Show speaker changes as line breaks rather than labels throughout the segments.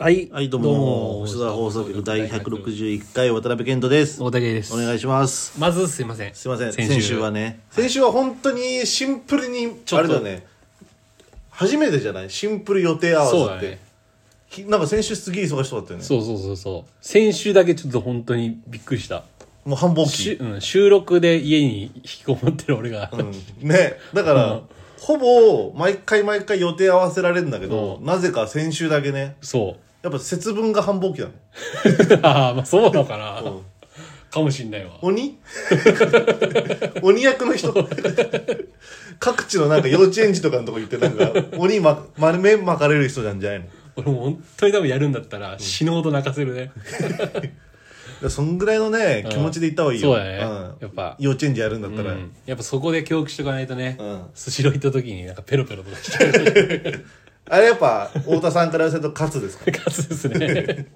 はい。
はい、どうも。星空放送局第161回、渡辺健人です。お
大竹です。
願いします。
まずすいません。
すいません、
先
先
週
週はね。先週は本当にシンプルに、
ょ
あ
っ
れ
と
だね。初めてじゃないシンプル予定合
そう
わ
だ
せって
ね。。
きなんか先週すげえ忙しそうだったよね。
そうそうそうそう。先週だけちょっと本当にびっくりした。
もう繁忙
しゅ
期。
うん、収録で家に引きこもってる俺が。
うん。ね。だから、
うん
ほぼ、毎回毎回予定合わせられるんだけど、
う
なぜか先週だけね。
そう。
やっぱ節分が繁忙期だね。
ああ、まあそうなのかな
う。ん
かもしんないわ。
鬼 鬼役の人各地のなんか幼稚園児とかのとこ行ってなんか鬼、ま、丸目巻かれる人なんじゃないのだか
俺も本当に多分やるんだったら死ぬほど泣かせるね。
らそんぐらいのね
うん
気持ちで行った方がいいよ、
そうだね。やっぱ
う。ん、幼稚園児やるんだったら、
うんやっぱそこで教育しとかないとね
うん、
スシロー行った時になんかペロペロとかしちゃう
あれやっぱ太田さんからすると勝つですか
感じです ね。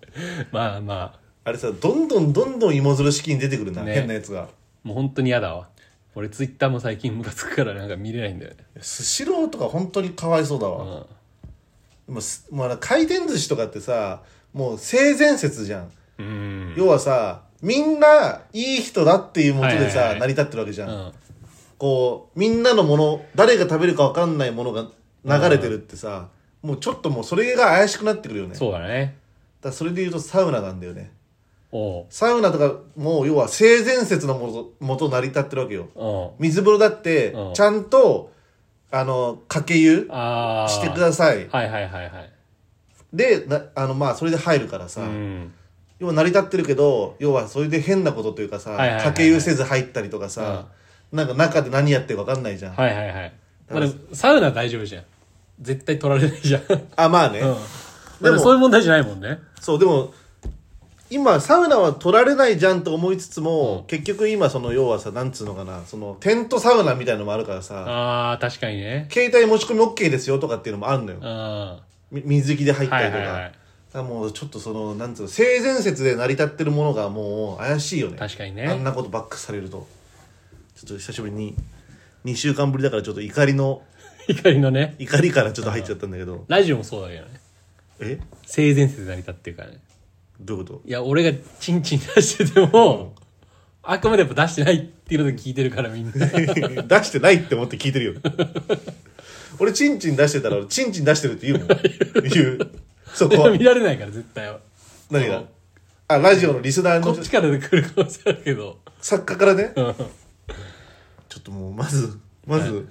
まあまあ。
あれさどんどんどんどん芋づる式に出てくるな、
ね
変なやつが
もう本当に嫌だわ俺ツイッターも最近ムカつくからなんか見れないんだよね
スシローとか本当にかわいそうだ
う
わ、
ん
もうすもうあれ回転寿司とかってさもう性善説じゃん
うん
要はさみんないい人だっていうもとで
はい
さ、
はいはい
成り立ってるわけじゃん、
うん
こうみんなのもの誰が食べるか分かんないものが流れてるってさ、もうちょっともうそれが怪しくなってくるよねだか
そうだね
らそれで言うとサウナなんだよね
おう
サウナとかもう要は性善説のもともと成り立ってるわけよ
おう
水風呂だって
うん
ちゃんと、あのかけ湯
ああ
してください
はいはいはいはい
でなあのまあそれで入るからさ、
うん
要は成り立ってるけど要はそれで変なことというかさ、
はいはいはいはい
かけ湯せず入ったりとかさ、なんか中で何やってるか分かんないじゃん、
はいはいはいまあでもサウナ大丈夫じゃん絶対取られない じゃんうん
あまあね、
でもそういう問題じゃないもんね
そうでも今サウナは取られないじゃんと思いつつも、結局今その要はさなんつうのかなそのテントサウナみたいなのもあるからさ
ああ確かにね
携帯持ち込み OK ですよとかっていうのもあるのよ
うんは
み水着で入
い
っ
は
たり
い
とか,、
はい
もうちょっとそのなんつうの性善説で成り立ってるものがもう怪しいよね
確かに
あん
ね
なことばっかされるとちょっと久しぶりに2週間ぶりだからちょっと怒りの
怒りのね
怒りからちょっと入っちゃったんだけど
ラジオもそうだけどね
え
性善説で成り立ってるからね
どういうこと
いや、俺がチンチン出してても、あくまでやっぱ出してないっていうので聞いてるからみんな。
出してないって思って聞いてるよ俺チンチン出してたら俺チンチン出してるって言うもん言うそ
で
こ
も
は
見られないから絶対は。
何があラジオのリスナー
こ
の
っちからで来る可能性あるけど。
作家からね
うん
ちょっともうまずまず、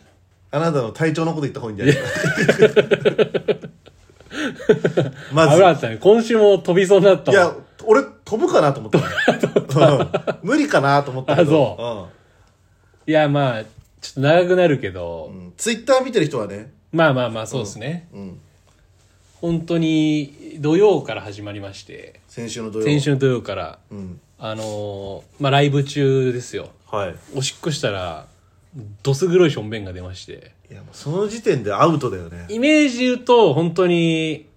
あなたの体調のこと言った方がいいんじゃない かま
危
ず
なかったね。今週も飛びそうになった
い
わ
や俺飛ぶかなと思ったうん無理かなと思ったけど
あいや、まあ、ちょっと長くなるけど、
うんうん、ツイッター見てる人はね、
まあまあまあ、そうですね。
うん、
本当に、土曜から始まりまして、
先週の土曜
先週の土曜から、
うん
あのーまあライブ中ですよ。
はい
おしっこしたら、どす黒いしょんべんが出まして。
いやもうその時点でアウトだよね
イメージで言うと、本当に、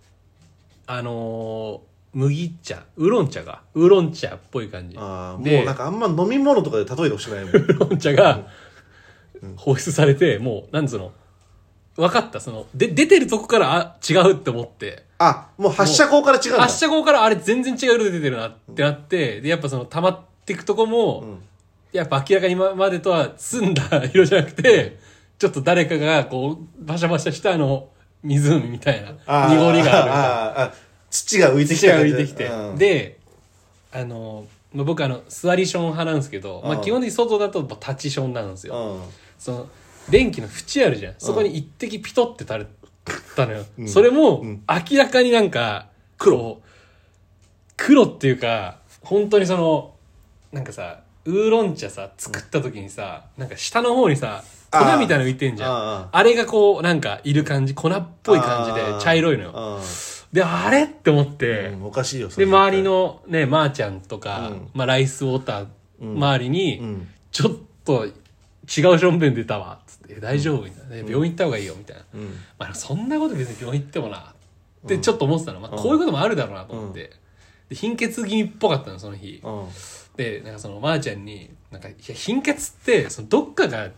あのー麦茶、ウーロン茶が、ウーロン茶っぽい感じ。ウ
ああ
で
もうなんかあんま飲み物とかで例えてほしくないもん
ーロン茶が放出されて、もう、なんつうの、分かった、その、で、出てるとこから、あ、違うって思って、
あもう発射口から違うんだ
発射口からあれ全然違う色で出てるなってなって、で、やっぱその、溜まっていくとこも、
ん
やっぱ明らかに今までとは澄んだ色じゃなくて、ちょっと誰かが、こう、バシャバシャしたあの、湖みたいな、濁りが
あ
あ
ー
るみたいな。
あーあー土が浮いてき
土
た
が
感
浮
じ
いてきて、
うん
であのまあ僕あの座りション派なんですけど、まあ、
うん
基本的に外だと立ちションなんです
う
よ、
ん
その電気の縁あるじゃんそこに一滴ピトって垂れたのよ、それも
ん
明らかになんか黒黒っていうか本当にそのなんかさウーロン茶さ作った時にさ、なんか下の方にさ粉
あー
みたいなの浮いてんじゃんあ
あー
れがこうなんかいる感じ粉っぽい感じで
あー
茶色いのよ
あ
であれって思って、
ーうんおかしいよそ
で
れ絶対
周りのねまー、ちゃんとか、
うん
まあ、ライスウォーター
うん
周りに、
うん
ちょっと違うションベン出たわつってえ「大丈夫?」みたいな、え病院行った方がいいよ」みたいな、
うん
まあ、そんなこと別に病院行ってもなってちょっと思ってたの、まあ、こういうこともあるだろうなと思って、で貧血気味っぽかったのその日、
うん
でなんかそのまー、ちゃんになんかいや貧血ってそのどっかが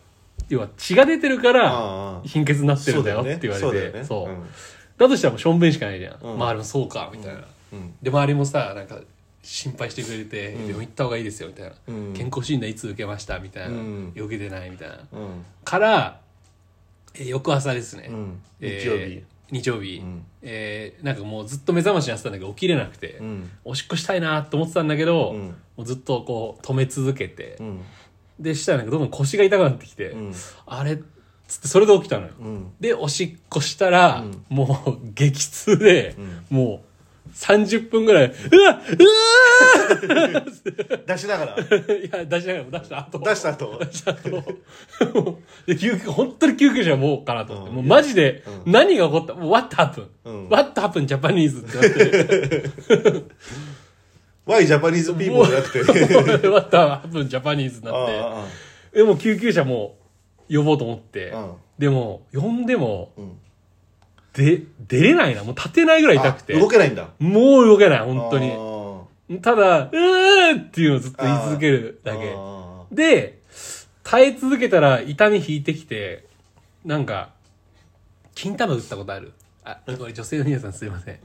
要は血が出てるから
あー
貧血になってるんだよっ
そうだよね
て言われて、
そうだよね
そう
うん
だとしたらもうしょんべんしかないじゃん、
うん
まあでもそうかみたいな、
うん
で周りもさなんか心配してくれて、
うん
でも行った方がいいですよみたいな、
うん
健康診断いつ受けましたみたいな、
うん
よけてないみたいな
うん
から、えー翌朝ですね、
うん
え
日曜
ー
日
日曜日、
うん
えーなんかもうずっと目覚ましになってたんだけど起きれなくて、
うん
おしっこしたいなと思ってたんだけど、
うん
もうずっとこう止め続けて、
うん
でしたらなんかどんどん腰が痛くなってきて、
うん
あれっつってそれで起きたのよ、
うん
でおしっこしたら、
うん
もう激痛で、もう30分ぐらいうわ
出し ながら
うわいや出しながらも出した後
出した後
あともうで救急本当に救急車呼ぼうかなと思って、
うん
もうマジで
う
何が起こった、もう What happened?、
うん
What happened Japanese? ってなって
Y ジャパニーズピーポーじゃ なくて
What happened Japanese? に
あ
なって
ああ
でもう救急車もう呼ぼうと思って、
うん
でも呼んでも
あうん
で出れないなもう立てないぐらい痛くて
あ動けないんだ
もう動けない本当
あ
に
ー
ただ「うー」っていうのをずっと言い続けるだけ
あ
で、耐え続けたら痛み引いてきて、なんか、金玉打ったことあるあ、これ女性の皆さんすいません。
ー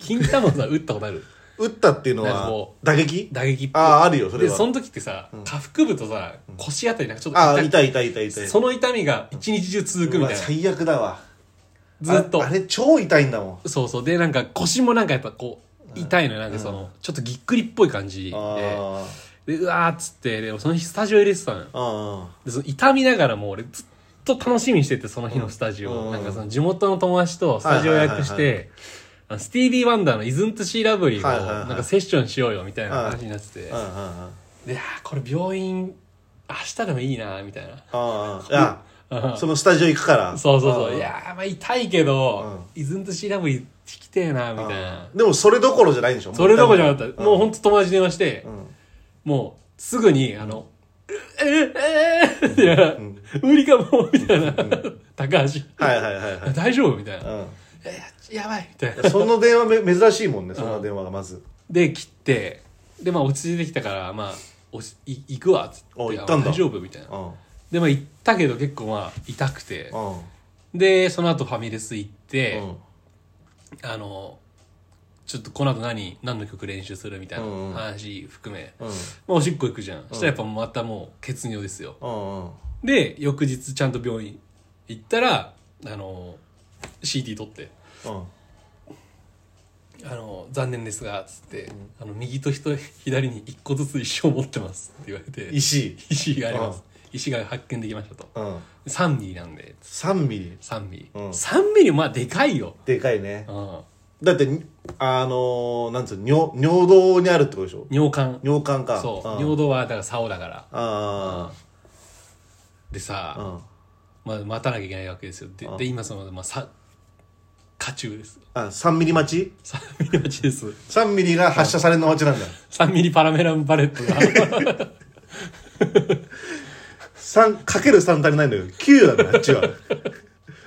金玉さ、打ったことある
うん打ったっていうの
なんか
は
こ
打撃
打撃っぽい
あああるよそれ
で、
は
その時ってさ、下腹部とさ、腰あたりなんかちょっと
ああ
痛い
痛い痛い痛い痛い
その痛みが一日中続くみたいな
うわ。最悪だわ
ずっと
あ。あれ超痛いんだもん
そうそう。で、なんか腰もなんかやっぱこう、痛いのよなんかその、ちょっとぎっくりっぽい感じで。
あ
で、うわーっつって、でもその日スタジオ入れてたのよ
あ。あ
でその痛みながらも俺ずっと楽しみにしててその日のスタジオ、
うん
なんかその地元の友達とスタジオ予約し
はいはい
てあのスティービー・ワンダーの「イズント・シー・ラブリー」
はいはいは
を
い
なんかセッションしようよみたいな話になってて、
あああ
であーこれ病院明日でもいいなみたいな
あああ
う
あそのスタジオ行くから
そうそうそううんいやーまあ痛いけど「イズント・シー・ラブリー」弾きてえなみたいな
でもそれどころじゃないんでしょ
それどころじゃなかった、
うん
もうほんと友達に電話して、
ん
もうすぐにあの「ええええいや、無理かも」みたいな、高橋
はいはいはいはい
大丈夫みたいな。
う
えややばいみたいな。
んその電話め珍しいもんねその電話がまず
で、切って、で、まあ、落ち着いてきたから、まあ、おしい行くわ、つって。
お行ったん
あ
だ
大丈夫みたいな
う。んうん
で、まあ、行ったけど結構まあ、痛くて。で、その後ファミレス行って、あの、ちょっとこの後何、何の曲練習するみたいな
うんうん
話含め、
うん
まあ、おしっこ行くじゃん。そしたらやっぱまたもう血尿ですよ。
うんうん
で、翌日ちゃんと病院行ったら、あの、CT 取って。
うん
あの残念ですが」つって、あの「右と人左に1個ずつ石を持ってます」って言われて
石井
石があります、石が発見できましたと
うん
3ミリなんで
3ミリ
3ミリ、
うん
3ミリまあでかいよ、
でかいね
うん、
だってにあのーなんつうの尿尿道にあるってことでしょ
尿管
尿管か
そう、
ん
尿道はだから竿だから
あ
で
あう
さ、
ん
まあ、待たなきゃいけないわけですよで,、
うん
で今その、まあ、さ家中です
あ3ミリ待ち
3ミリ待ちです
3ミリが発射されるの待ちなんだ
3ミリパラメランバレットが
3かける3足りないんだよ9なんだよあっちは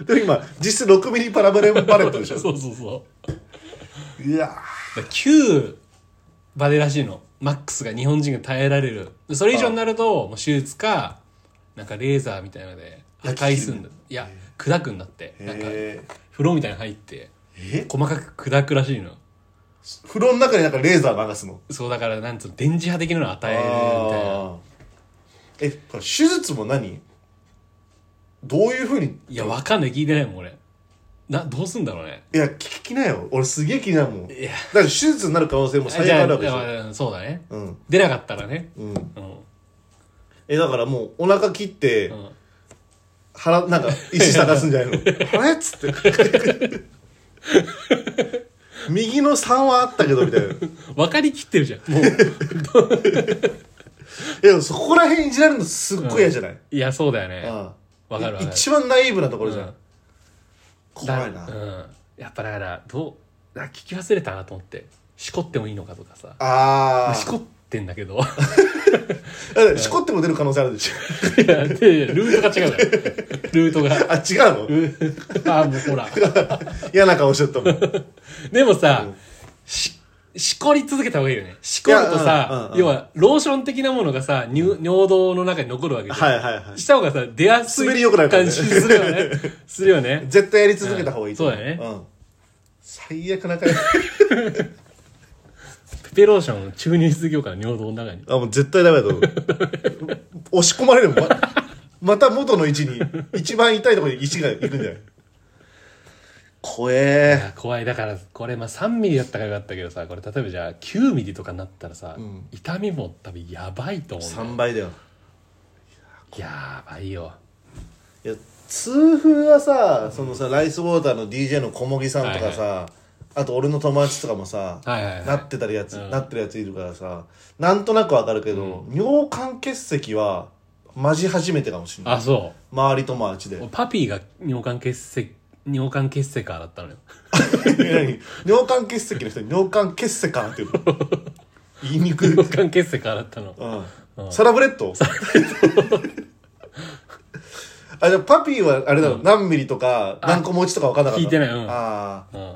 でも今実質6ミリパラブレンパレットでしょ
そうそうそう
いや
9までらしいのマックスが日本人が耐えられるでそれ以上になるともう手術かなんかレーザーみたいなので破壊すんだいや砕くんだって
ー
なんか
え
風呂みたいに入って
え
細かく砕くらしいの
風呂の中になんかレーザー流すの
そうだからなんつうの電磁波的なの与えるみたいな
あーえこれ手術も何どういうふうに
いやわかんない聞いてないもん俺などうすんだろうね
いや聞きなよ俺すげえ気になるもんだか
いや
ら手術になる可能性も最
じ
悪
ゃ
あ
あ
るわけでしょ
いやそうだね
うん
出なかったらね
うん
うん、
えだからもうお腹切って、
うん、
腹なんか石探すんじゃないの あれっつって右の3はあったけどみたい な
分かりきってるじゃんもう
いやそこら辺いじられるのすっごい嫌じゃない、
いやそうだよね
ああ
わかるわかる
一番ナイーブなところじゃん、
うん
怖いな、
だう
あ
ん、やっぱだからどうあ聞き忘れたなと思ってしこってもいいのかとかさ
あ
しこってんだけど い
えしこっても出る可能性あるでしょ
やでルートが違うからルートが
あ違うの
ルーあもうほら
嫌な顔しちゃったもん
でもさ、ししこり続けた方がいいよねしこると
いやうんうん
さ、
うん
要はローション的なものがさ乳尿道の中に残るわけじゃん
はいはいはい
した方がさ出やす
滑り
い
良くなるから
感
ね
じするよねするよね
絶対やり続けた方がいいと思
そうだね
うん最悪な感じ
ペペローションを注入しすぎようかな、尿道の中に。
あもう絶対ダメだと思う押し込まれるもんままた元の位置に一番痛いところに石がいくんじゃない怖
い
え
や怖い。だから、これ、まあ3ミリだったからよかったけどさ、これ、例えばじゃあ9ミリとかになったらさ、
うん
痛みも多分やばいと思うんだよ
3倍だよ
やばいよ。
いや痛風はさそのさライスウォーターの DJ の小麦さんとかさ、あと俺の友達とかもさ、
はいはいはい
なってたりやつ、
うん
なってるやついるからさなんとなくわかるけど、尿管結石はマジ初めてかもしれない
あ、そ
周り友達で
う。パピーが尿管結石、尿管結石からだったのよ。
何尿管結石の人に尿管結石かっ ていうの言いにくい、うん
尿、管結石からだったの。
サラブレッドあじゃあパピーはあれだろ、何ミリとか何個持ちとか分かんなかった
聞いてないうん
ああ
うん。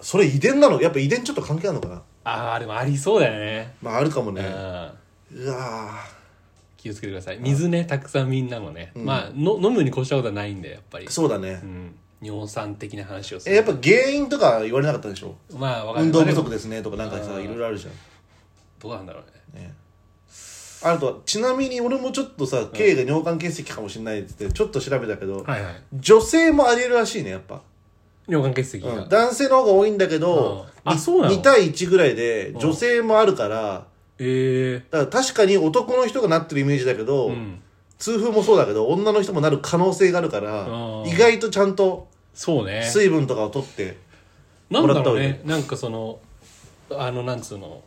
それ遺伝なのやっぱ遺伝ちょっと関係あるのかな
ああ、でもありそうだよね。
まああるかもね
う、ん。
うわ
気をつけてください。水ね、たくさんみんなもね。まあ、の飲むに越したことはないんで、やっぱり
ー。そうだね、
うん。尿酸的な話をす
え
る。
やっぱ原因とか言われなかったでしょ
まあ、わかる
運動不足
で。
ですねとかなんかさいろいろあるじゃん
どうなんだろうね。
ねあとちなみに俺もちょっとさ K が尿管結石かもしれないっつってちょっと調べたけど、
はいはい。
女性もありえるらしいねやっぱ、
尿管結石が。
うん男性の方が多いんだけど、
うんあそうなの
2, 対1ぐらいで女性もあるから、
ええ
だから確かに男の人がなってるイメージだけど、
うん。
痛風もそうだけど女の人もなる可能性があるから
うん
意外とちゃんと
そうね。
水分とかを取って
なんだろう
もらっ
ね。
た
なんかその、あの、なんつうの。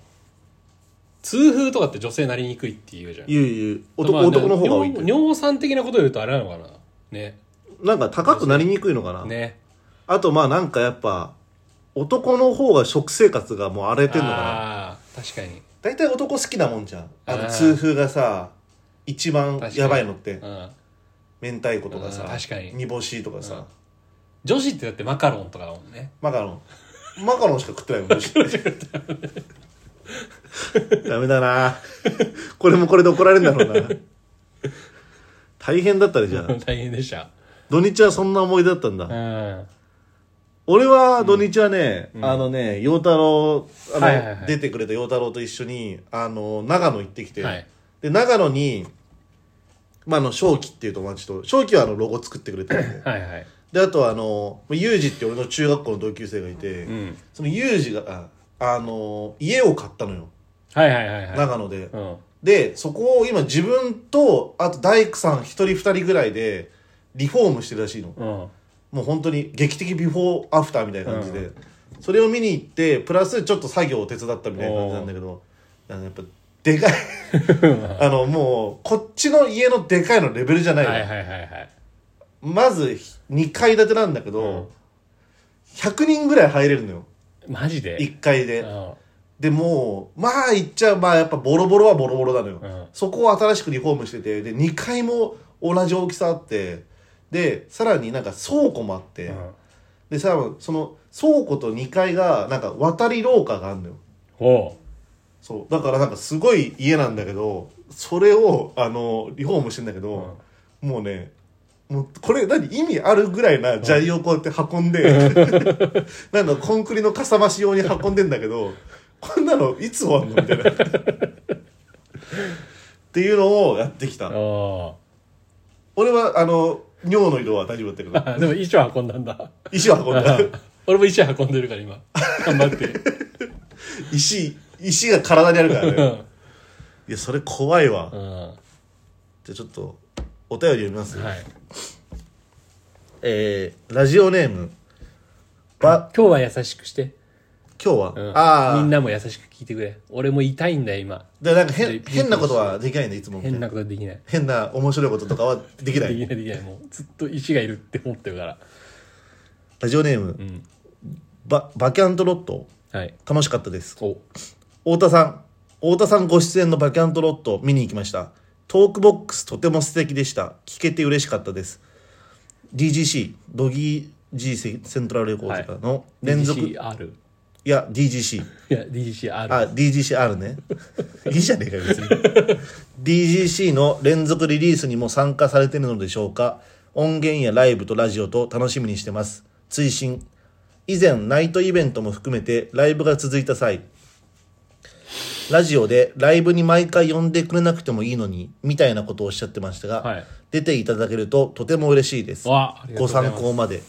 痛風とかって女性なりにくいって言うじゃん。
ゆうゆう男,、
まあ
男の方が多いって
尿尿酸的なことを言うとあれなのかな。ね。
なんか高くなりにくいのかな、
ね。
あとまあなんかやっぱ男の方が食生活がもう荒れてんのかな
ああ、確かに。
大体男好きなもんじゃんあ
あ
の
ー
痛風がさ一番
確かに
やばいのって
うん。
明太子とかさ
うん確かに
煮干しとかさ、
うん女子ってだってマカロンとかだもんね。
マカロンマカロンしか食ってないも んしダメだなこれもこれで怒られるんだろうな大変だったねじゃあ
大変でした。
土日はそんな思い出だったんだ、
うん。
俺は土日はね、あのね陽太郎あの、
はいはいはい
出てくれた陽太郎と一緒にあの長野行ってきて、
はい
で長野に、まあ、あの正気っていう友達と正気はあのロゴ作ってくれてるんで
はいはい。
であとはあのユージって俺の中学校の同級生がいて、
うん。
そのユージがああの家を買ったのよ
はいはいはいはい。
長野で、
うん。
でそこを今自分とあと大工さん一人二人ぐらいでリフォームしてるらしいの
うん。
もう本当に劇的ビフォーアフターみたいな感じで、
う
それを見に行ってプラスちょっと作業を手伝ったみたいな感じなんだけどあのやっぱでかい あのもうこっちの家のでかいのレベルじゃな
はいい
の、
はいはいはい。
まず2階建てなんだけど、
うん
100人ぐらい入れるのよ
マジで
1階
う
で、
ん。
でもうまあ言っちゃまあやっぱボロボロはボロボロなのよ、
うん
そこを新しくリフォームしててで2階も同じ大きさあってでさらになんか倉庫もあって、
うん
でさその倉庫と2階がなんか渡り廊下があるのよ
おう。
そうだからなんかすごい家なんだけどそれをあのリフォームしてんだけど、もうねもうこれ何意味あるぐらいな砂利をこうやって運んで、 なんかコンクリのかさ増し用に運んでんだけどこんなのいつ終わんのみたいなっていうのをやってきた
お
俺はあの尿の色は大丈夫だったけど
う。でも衣装運んだんだ。
石は運んだ
うん 俺も石運んでるから今。頑張って。
石石が体にあるから
う
ね
ん。
いやそれ怖いわ、
うん。は
じゃあちょっとお便り読みます、
い。
えー、ラジオネームば
今日は優しくして。
今日は、
うん
ああ
みんなも優しく聞いてくれ。俺も痛いんだよ今。
でなんか
で
変変なことはできないんでいつもみたい
変
な
なことできない。
変な面白いこととかはできな
でき
い
ないできない。もうずっと石がいるって思ってるから。
ラジオネーム、
ん
ばバキャントロット
はい。
楽しかったです
お。
太田さん太田さんご出演のバキャントロット見に行きましたトークボックスとても素敵でした聞けて嬉しかったです DGC ドギー G セセントラルレコードの連続、い、
DGCR。
や DGC
いや、DGCR。
あ DGCR ねいいじゃねえかよ別に DGC の連続リリースにも参加されてるのでしょうか音源やライブとラジオと楽しみにしてます追伸
以前ナイトイベントも含めてライブが続いた際ラジオでライブに毎回呼んでくれなくてもいいのにみたいなことをおっしゃってましたが、
はい
出ていただけるととても嬉しいです
わありがとう
ご
ございま
参
す
考まで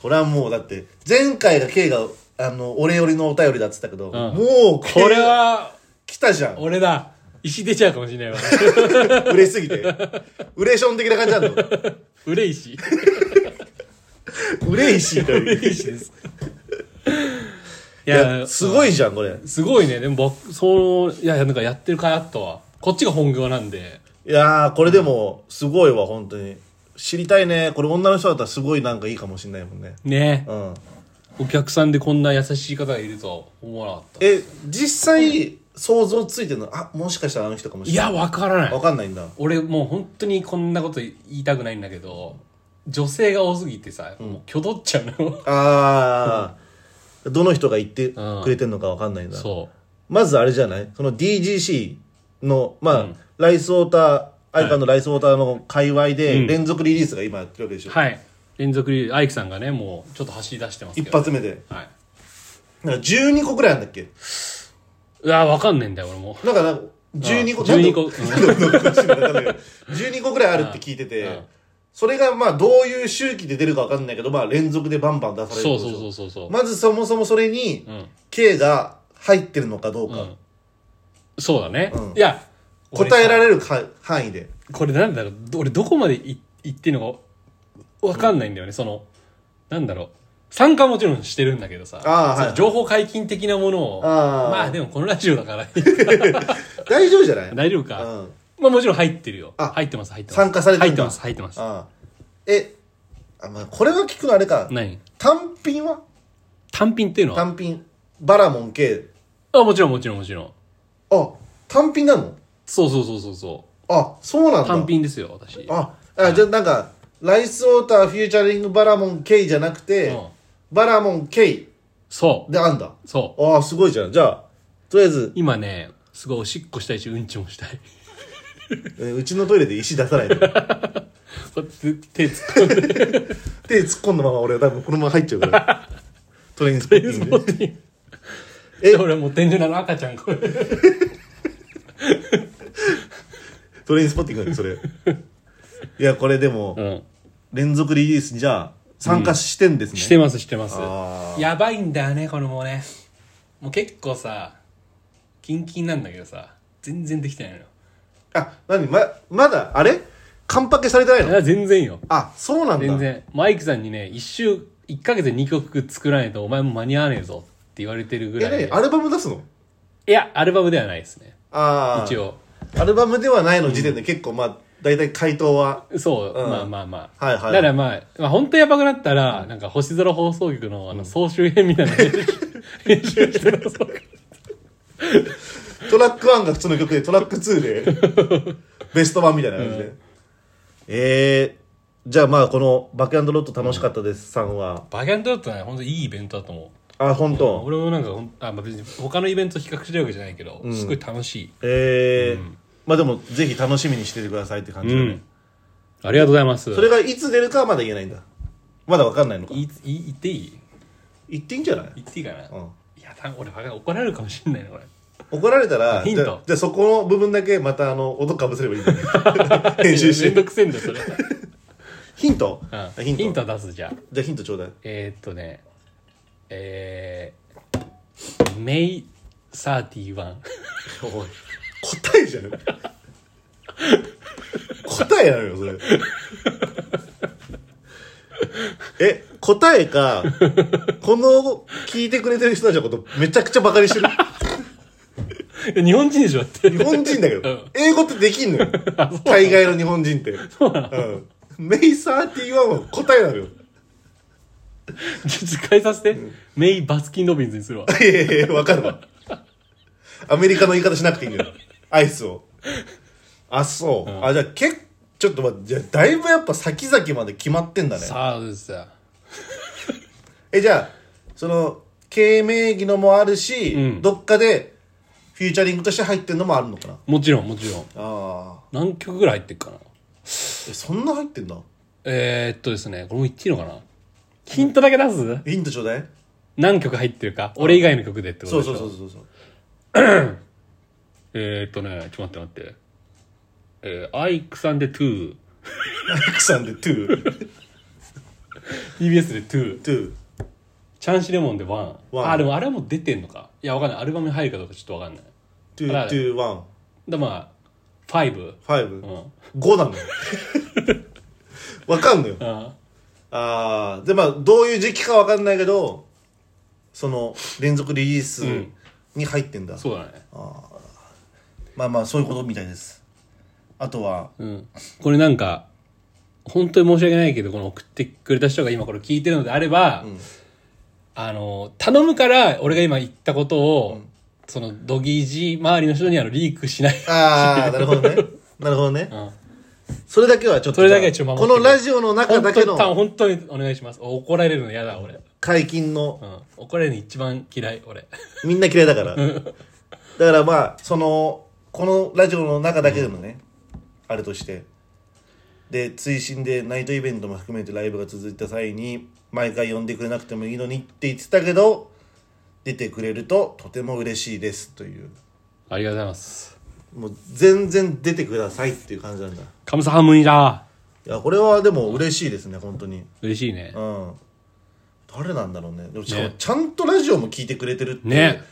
これはもうだって前回が K があの俺よりのお便りだっつったけど、もう K
これは
来たじゃん
俺だ石出ちゃうかもしれないわ
嬉しすぎてウレーション的な感じなんだ
憂いし
嬉しいという
憂いしです
い
い
やすご
い
いじゃんこれ
すごいねでも僕そのいやいやなんかやってる会あったわこっちが本業なんで
いやーこれでもすごいわ本当に知りたいねこれ女の人だったらすごいなんかいいかもしれないもんね
ね
うん
お客さんでこんな優しい方がいるとは思わなかっ
え実際想像ついてるのあもしかしたらあの人かも
た
し
い
れな
や
い
わからない
わかんないんだ
俺もう本当にこんなこと言いたくないんだけど女性が多すぎてさ、もう挙動っちゃうの
ああどの人が言ってくれてるのかわかんないんだ
そ
まずあれじゃないその DGC のまあ、
うん
ライスウォーター相川のライスウォーターの界隈
う
で
ん
連続リリースが今やってるわけでし
う
ょ、
はい連続リリースアイクさんがねもうちょっと走り出してますけど
一発目で
はい
なんか12個くらいあるんだっけ
うわわかんねえんだよ俺も
なんかなんか12個
うん12個
なんでなんでこんな話になったん だけど12個くらいあるって聞いて
う
て
ん
それがまあどういう周期で出るかわかんないけどまあ連続でバンバン出される
そう
ってこと
そう
でしょ
そうそうそう、
まずそもそもそれに
うん
K が入ってるのかどう
う
か
んそうだね、
うん
いや
答えら
れ
れるか範囲で
これなんだろうど俺どこまでい言っていいのかわかんないんだよね、そのなんだろう参加はもちろんしてるんだけどさ
あーはい
その情報解禁的なものを
あー
まあでもこのラジオだから
大丈夫じゃない
大丈夫か、
うん
まあもちろん入ってるよ。
あ
入ってます、入ってます。
参加されて
入
る
っ
ん
て
だ
ます、入ってます。
ああえあまあこれは聞くのあれか
何
単品は
単品っていうのは
単品バラモン K
あ、もちろん、もちろん、もちろん。
あ単品なの
そうそうそうそうそ
あそうな
う。
んだ
単品ですよ、私。
ああじゃあなんかライスウォーターフューチャリングバラモン K じゃなくて、
うん
バラモン K
そ
であんだ
う。そう。
ああすごいじゃんじゃあとりあえず、
今ね、すごいおしっこしたいし、うんちもしたい。
えーうちのトイレで石出さない で
こうやって手突っ込んで。
手突っ込んだまま俺は多分このまま入っちゃうからトレインスポッティングね
え、俺もう天井なの赤ちゃん、これ。
トレインスポッティングだよそれいやこれでも、
うん。
連続リリースにじゃあ参加してんですね、
してます、してます。
あ
やばいんだよね、これもうね。もう結構さ、キンキンなんだけどさ、全然できてないのよ。
あ何ままだあれ完パケされてない
い
の
や、全然よ。
あそうなんだ
全然マイクさんにね1週1ヶ月で2曲作らないとお前も間に合わねえぞって言われてるぐら
え
い
何アルバム出すの
いやアルバムではないですね
ああ
一応
アルバムではないの時点で結構まあ大体回答は
そう、
うん
まあまあまあ、
はいはい
だからまあ、まあ、本当やばくなったら、なんか星空放送局のあの総集編みたいな編集 編集してたそう
トラック1が普通の曲でトラック2で ベスト版みたいな感じで、
えー、じゃあまあこの「バックロット楽しかったです」さんは、
バキャントだったらね本当いいイベントだと思う
あ本当、
俺もなんかほんあ、まあ、別に他のイベントと比較してるわけじゃないけど、すごい楽しい
えーまあでもぜひ楽しみにしててくださいって感じだね、
うんありがとうございます
それがいつ出るかはまだ言えないんだまだわかんないのか
いい言っていい
言っていいんじゃない、
言っていいかな、
うん、
いや、多分俺、バカ怒られるかもしれないな、これ。
怒られたら
ヒン
じ
ト
ゃあじゃあそこの部分だけまたあの音かぶせればいいんだね 編集し
めんど
て
くせえんだよ、それ。
ヒント、
うん
ヒント
ヒント出す、じゃあ。
じゃあヒントちょうだい
えー、っとね、えー、メイ31。
おい
答えじゃん答えなのよそれ
え答えかこの聞いてくれてる人たちのことめちゃくちゃバカにしてる
い や日本人でしょ、だって。
日本人だけ
う
ど
ん、
英語ってできんのよ。大概の日本人って。うん。メイサーティワンは答えなのよ。
ちょっと変えさせて。メイ・バスキン・ロビンズにするわ。
いやいやい やわかるわ。アメリカの言い方しなくていいんだよ。アイスを。あ、そう。あ、じゃあ、けっ、ちょっと待って、じゃあ、だいぶやっぱ先々まで決まってんだね。
さあ、そうですよ。
え、じゃあ、その、経営名義のもあるし、
うん
どっかで、フューチャリングとして入ってんのもあるのかな。
もちろん、もちろん。
ああ。
何曲ぐらい入ってるかな
え、そんな入ってんだ。
えー、っとですね、これも言っていいのかなヒントだけ出す
ヒントちょうだい。
何曲入ってるか、俺以外の曲でってこと
そ
で
う
しょ
そうそうそうそう
えー、っとね、ちょっと待って待って。えー、アイクさんで2、
たくさんで2
TBS で2、
2
チャンシレモンで1。
ワン
あ、でもあれはもう出てんのか。いや、わかんない。アルバムに入るかどうかちょっとわかんない。
2 2 1
だまあ、5。
5
うん。
5なのよ わかんのよ
あ
ああでまあどういう時期かわかんないけどその連続リリース
うん
に入ってんだ、
そうだね。
まあまあそういうことみたいです
あとは
うん。これなんか、本当に申し訳ないけど、この送ってくれた人が今これ聞いてるのであれば、あの、頼むから、俺が今言ったことを、その、ドギージ周りの人にあの、リークしない。
ああ なるほどね
なるほどね
うん。
それだけはちょっと
それだけはちょっと守
こ
って
のラジオの中
本
だ
当に、
け
多分
の
本当にお願いします。怒られるの嫌だ、俺。
解禁の
うん。怒られるの一番嫌い、俺。
みんな嫌いだから
だからまあそのこのラジオの中だけでもね、あれとしてで追伸でナイトイベントも含めてライブが続いた際に毎回呼んでくれなくてもいいのにって言ってたけど出てくれるととても嬉しいですという
ありがとうございます。
もう全然出てくださいっていう感じなんだい
カムサハムニだ。
やこれはでも嬉しいですね本当に
嬉しいね
う。ん誰なんだろうねでもしかも
ね
ちゃんとラジオも聞いてくれてるっていう
ね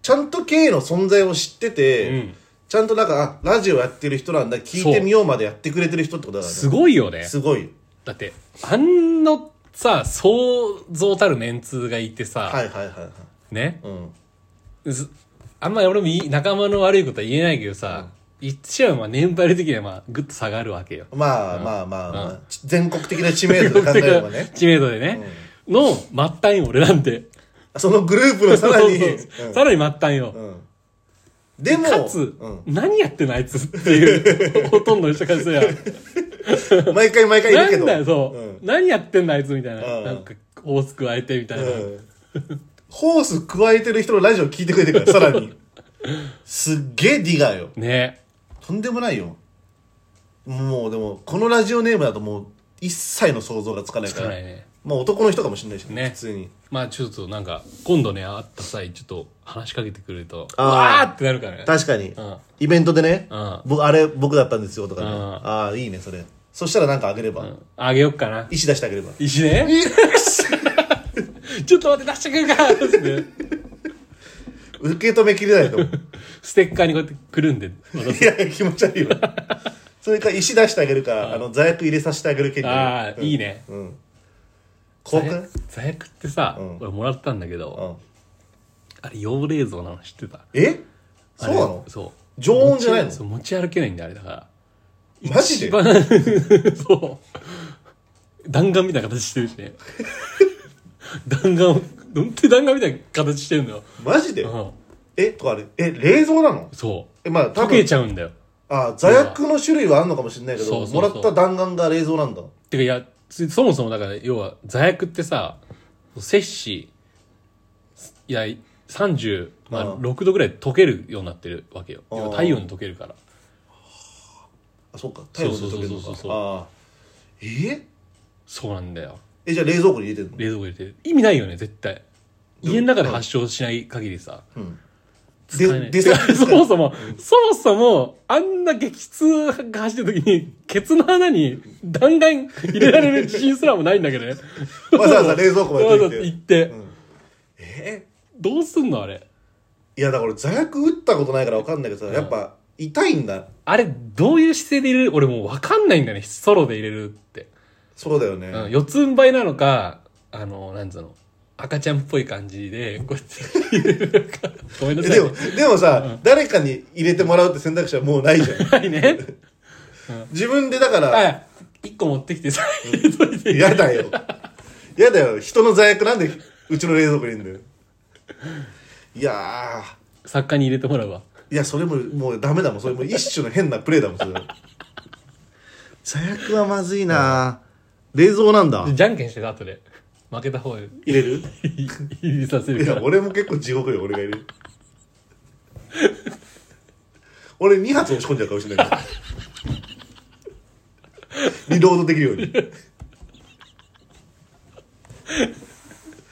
ちゃんと K の存在を知ってて、
うん
ちゃんとなんかあラジオやってる人なんだ聞いてみようまでやってくれてる人ってことだから
す
ね
ごいよね。
すごい
だって、あんのさ、想像たるメンツがいてさ、
はいはいはいはい
ね。
うん
ずあんまり俺もいい仲間の悪いことは言えないけどさ、言っちゃうまあ年配の時にはまあぐっと下がるわけよ。
まあ、まあまあ、まあ全国的な知名度で考えればね
知名度でね。の末端よ、俺なんて。
そのグループのさら
そ
に
うそうそうさらに末端よ。
うんうんでも
かつ、
う
何やってんのあいつって いう、ほとんどの人からすれ
ん毎回毎回い
ば。
る
な
け
ん
ど
だよ、そう、
ん
何やってんのあいつみたいな。
うん
なんか、大くわえてみたいな。
うんホース加えてる人のラジオ聞いてくれてるからさらにすっげえディガーよ
ね
とんでもないよもうでもこのラジオネームだともう一切の想像がつかない
つ
か
からないね。
まあ男の人かもしれないしね
ね
普通に
まあちょっとなんか、今度ね、会った際、ちょっと話しかけてくれると、
あー
わーってなるからね。
確かに、
ん
イベントでね、
うん
僕あれ僕だったんですよとかね、
うん
ああいいねそれ
そしたらなんかあげれば、
あげよっかな。
石出してあげれば
石ねちょっと待って出してくるからっつって
受け止めきれない と思う
ステッカーにこうやってくるん で
いやいや気持ち悪いわそれか石出してあげるかあの座薬入れさせてあげる権利
ああ、
うん
いいね
うん公
座
開
薬座薬ってさ、
ん
俺もらったんだけ
う
ど、
ん
あれ用冷蔵なの知ってた
えそうな
あ
の
れそう
常温じゃないの
持ちそう持ち歩けないんだよあれだから
マジで
バナ ナそう弾丸みたいな形してるしね弾丸本当に弾丸みたいな形してるんだよ、
マジで
うん、
えとかあれえ冷蔵なの
そう
えまあ多
溶け
分
ちゃうんだよ
ああ座薬の種類はあるのかもしれないけ
そ
ど
うそう
も
そ
ら
う
った弾丸が冷蔵なんだ
てかいやつそもそもだから要は座薬ってさ摂氏いや36度ぐらい溶けるようになってるわけよ
あー
要は太陽に溶けるから
あそうか体温で溶けるの
そうそうそうそうそ
か
う
ああえ
そうなんだよ
えじゃあ冷蔵庫に入れてるの
冷蔵庫入れてる意味ないよね絶対家の中で発症しない限りさ、
ん
使えない
で
てか
で
そもそも、そもそも、あんな激痛が走ってる時に、ケツの穴に弾丸入れられる自信すらもないんだけ どね。
わざわざ冷蔵庫まで
わざ
行
わ
っ
ざ
て
行って。
え
どうすんのあれ。
いやだから俺座薬打ったことないから分かんないけどさやっぱ痛いんだ
あれ、どういう姿勢で入れる俺もうわかんないんだよね。ソロで入れるって。
そうだよね、
うん、四つん這いなのか、あの、なんつうの、赤ちゃんっぽい感じで、こうやって入れるのか。ごめんな
え
さ
で
い、
も
ね。
でもさ、誰かに入れてもらうって選択肢はもうない じゃん
はいね。
自分でだから、
はい。一個持ってきてさ、入れとい て。
嫌だよ嫌だよ人の座薬なんでうちの冷蔵庫にいるんだよいや
作家に入れてもらうわ。
ーいやそれももうダメだもんそれもう一種の変なプレーだもんそれ
座薬はまずいな、冷蔵なんだ
じゃんけんしてた後で。負けた方へ
入れる
入りさせ
い
るか
や
ら。
俺も結構地獄よ俺がいる俺2発押し込んじゃうかもしれないけどリロードできるように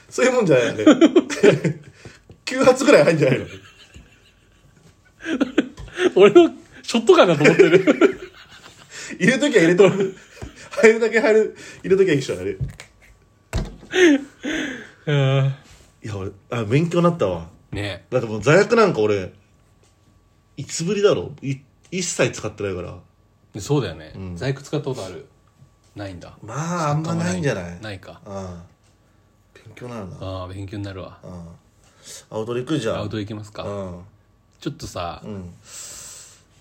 そういうもんじゃないんだよ。9発ぐらい入んじゃないの
俺のショットガンだと思って る。
入れときゃ入れとく。入るだけ入る、入れときゃ一緒だね。
うん
いや、俺、あ、勉強になったわ。
ね
だってもう座薬なんか俺、いつぶりだろい一切使ってないから。
えそうだよね。在庫使ったことあるないんだ。
まあ、あんまないんじゃない
ないか。
うん。勉強になるな。
ああ、勉強になるわ。
うん。アウトリックじゃ
アウ
ん。
ト行きます
う
か。
ん。
ちょっとさ
う、ん。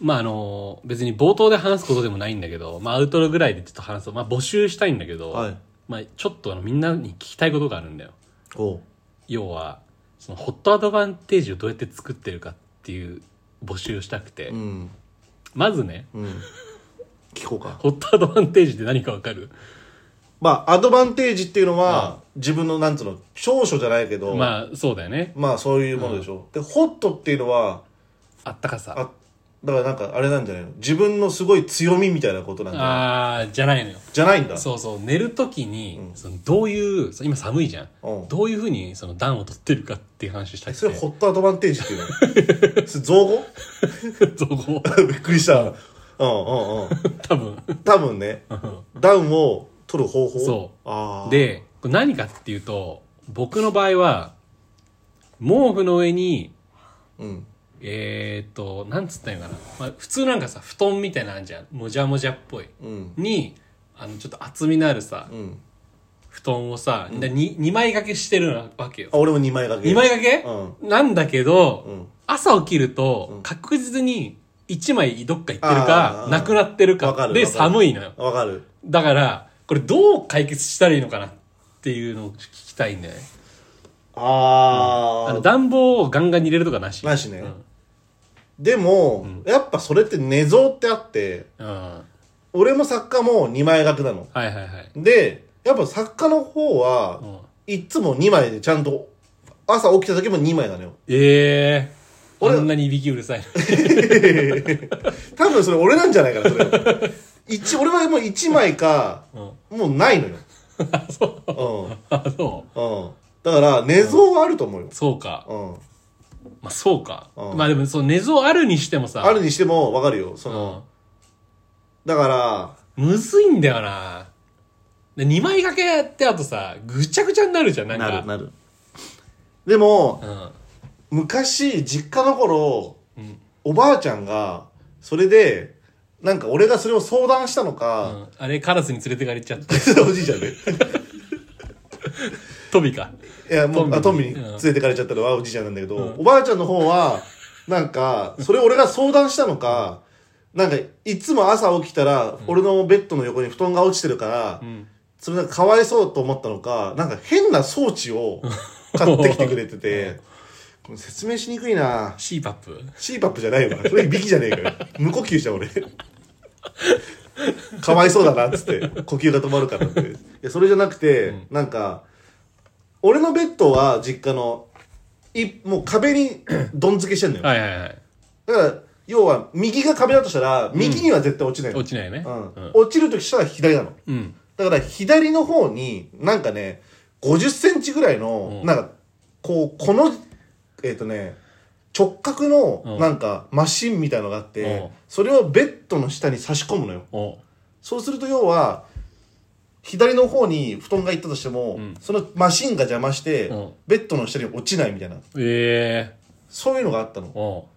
まああの、別に冒頭で話すことでもないんだけど、まあアウトロぐらいでちょっと話そう。まあ募集したいんだけど、
はい
まあちょっとあのみんなに聞きたいことがあるんだよ。
おう
要は、そのホットアドバンテージをどうやって作ってるかっていう募集をしたくて、
うん。
まずね、
うん。聞こうか。
ホットアドバンテージって何かわかる
まあ、アドバンテージっていうのは、自分の、なんつうの、長所じゃないけど、ま
ま
あ、
あそうだよね。
そういうものでしょ。で、ホットっていうのは、
あったかさ。
あ、だからなんか、あれなんじゃないの自分のすごい強みみたいなことなんじゃない
あーじゃないのよ
じゃないんだ。
そうそう寝る時に、そのどういうそう今寒いじゃん、
うん
どういうふうにその暖を取ってるかっていう話したくて
それホットアドバンテージっていうの それ造語
そこ
びっくりした。うんうんうん。
多分
多分ね、暖を取る方法
そう
ああ。、
でこれ何かっていうと僕の場合は毛布の上に
うん。
えー、っとなんつったんやかな、まあ、普通なんかさ布団みたいなのあんじゃんもじゃもじゃっぽい
うん。
にあのちょっと厚みのあるさ、
うん。
布団をさ、でに2枚掛けしてるわけよ
あ、俺も2枚掛け。
2枚掛け、
う
なんだけど、
うん
朝起きると、
うん
確実に1枚どっか行ってる
あ
か
ー
なくなってる
わか
か
る
で
わかる
寒いのよ
わかる。
だからこれどう解決したらいいのかなっていうのを聞きたいんだよね
あ
あ
あ、
の暖房をガンガンに入れるとかなし
なしね
うん
でも、やっぱそれって寝相ってあって、
うんは
俺も作家も2枚掛けなの。
いはいはい
で、やっぱ作家の方は、
うん
いつも2枚でちゃんと、朝起きた時も2枚 なのよ。
ええー、
俺
あんなにいびきうるさいの
多分それ俺なんじゃないかな、それは。一、俺はもう1枚か、もうな いのよ。そう。
あそう
うん。うん。だから、寝相はあると思うよ。
そうか、
うん。
まあ、そうか、
うん
まあでもその寝相あるにしてもさ
あるにしてもわかるよ。その、だから、
うん、むずいんだよなで2枚掛けやってあとさぐちゃぐちゃになるじゃんなんか
なる。でも、
うん
昔、実家の頃、
うん
おばあちゃんが、それで、なんか俺がそれを相談したの
う
か、
んあれカラスに連れてかれちゃった
おじいちゃんね。
トビか
いや、もう、あト
ト
ン
ン
ビ
ビ
に
に
連れてかれちゃったのはおじいちゃんなんだけど、おばあちゃんの方は、なん か、それ俺が相談したのか、なんか、いつも朝起きたら、俺のベッドの横に布団が落ちてるから、
ん
それなんかかわいそうと思ったのか、なんか変な装置を買ってきてくれてて、これ説明しにくいな
CPAP
CPAP じゃないわ。それいびきじゃねえから。無呼吸じゃん、俺。かわいそうだな、っつって。呼吸が止まるからって。いや、それじゃなくて、なんか、俺のベッドは実家の、い、もう壁にどん付けしてんのよ。
はいはいはい
だから、要は、右が壁だとしたら、右には絶対落ちないの。
落ちないよね
う
うんん。
落ちるとしたら左なの。
うん
だから、左の方に、なんかね、50センチぐらいの、
うん
なんか、こう、この、えっ、とね、直角の
う、ん
なんか、マシンみたいのがあって、
うん
それをベッドの下に差し込むのよ。
お
そうすると、要は、左の方に布団が行ったとしても、
ん
そのマシンが邪魔して、
うん
ベッドの下に落ちないみたいな、
え
そういうのがあったの
え。お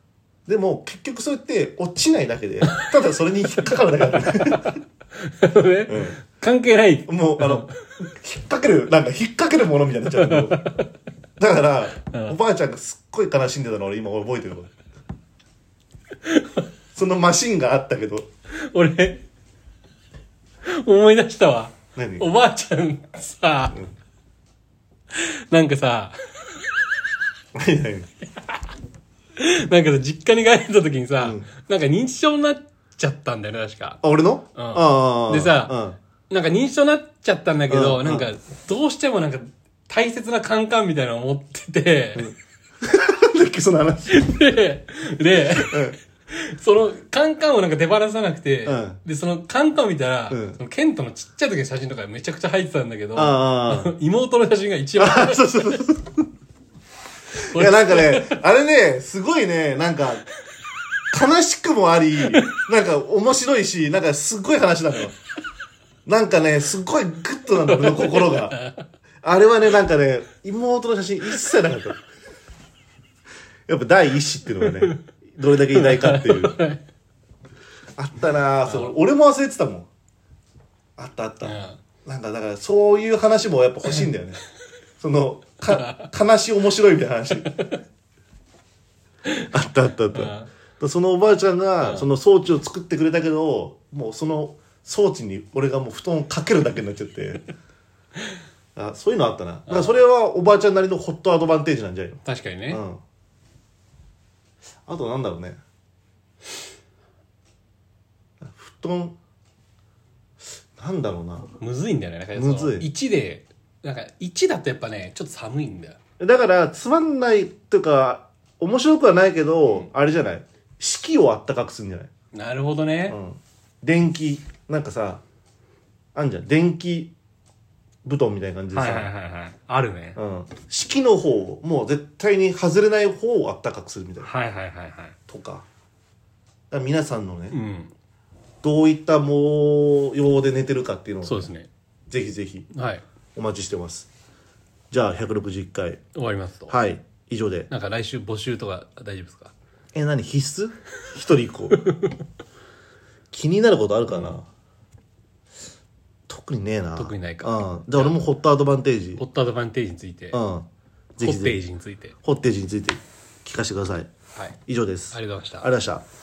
でも、結局それって、落ちないだけで、ただそれに引っかかるだけだから、
ね
うん
関係ない
もう、あの、引っ掛ける、なんか引っ掛けるものみたいになっちゃうけど。だから、おばあちゃんがすっごい悲しんでたの俺今覚えてるわ。そのマシンがあったけど、
俺思い出したわ
何
おばあちゃんさなんかさ
何何
なんかさ実家に帰った時にさ、
うん
なんか認知症になっちゃったんだよね確か
あ、俺の、
うん
ああ。
でさ
う
なんか認知症になっちゃったんだけど、
うん
なんかどうしてもなんか大切なカンカンみたいなのを持ってて、
ん。なんだっけ、その話。
で、で、そのカンカンをなんか手放さなくて、
うん
でそのカンカンを見たら、
うん
そのケントのちっちゃい時の写真とかめちゃくちゃ入ってたんだけど
ああ
妹の写真が一 番
あそうそうそう
こ
い
れ
やなんかねあれねすごいねなんか悲しくもありなんか面白いしなんかすっごい話なのよなんかねすっごいグッとなんだよ心があれはねなんかね妹の写真一切なかったやっぱ第一子っていうのがねどれだけ偉大かっていうあったなあそう俺も忘れてたもんあったあった、なんかだからそういう話もやっぱ欲しいんだよ ねそのか悲しい面白いみたいな 話あったあったあっただからそのおばあちゃんがその装置を作ってくれたけどもうその装置に俺がもう布団をかけるだけになっちゃって あそういうのあったなだからそれはおばあちゃんなりのホットアドバンテージなんじゃない
確かにね、
のうんあとなんだろうね布団なんだろうな
むずいんだよねなんかその
むずい
1でなんか1だとやっぱねちょっと寒いんだよ
だからつまんないっていうか面白くはないけど、あれじゃない四季をあったかくするんじゃない、
なるほどね、
うん、電気なんかさあんじゃん電気布団みたいな感じでさ、
はいはいはいはいあるね、
うん、四季の方をもう絶対に外れない方をあったかくするみたいな
はいはいはいはい
とかだから皆さんのね、
うん
どういった模様で寝てるかっていうの
そう
を
ですね
ぜひぜひ
はい
お待ちしてますじゃあ161回
終わりますと、
はい以上で
なんか来週募集とか大丈夫ですか
え何必須一人 一個気になることあるかな特にねえな
特にないか
うんで俺もホットアドバンテージ
ホットアドバンテージについて、
う
ホ
んぜひ
ッ
ぜ
テー
ひ
ジについて
ホッテージについて聞かせてください
はい
以上です
ありがとうございました
ありがとうございました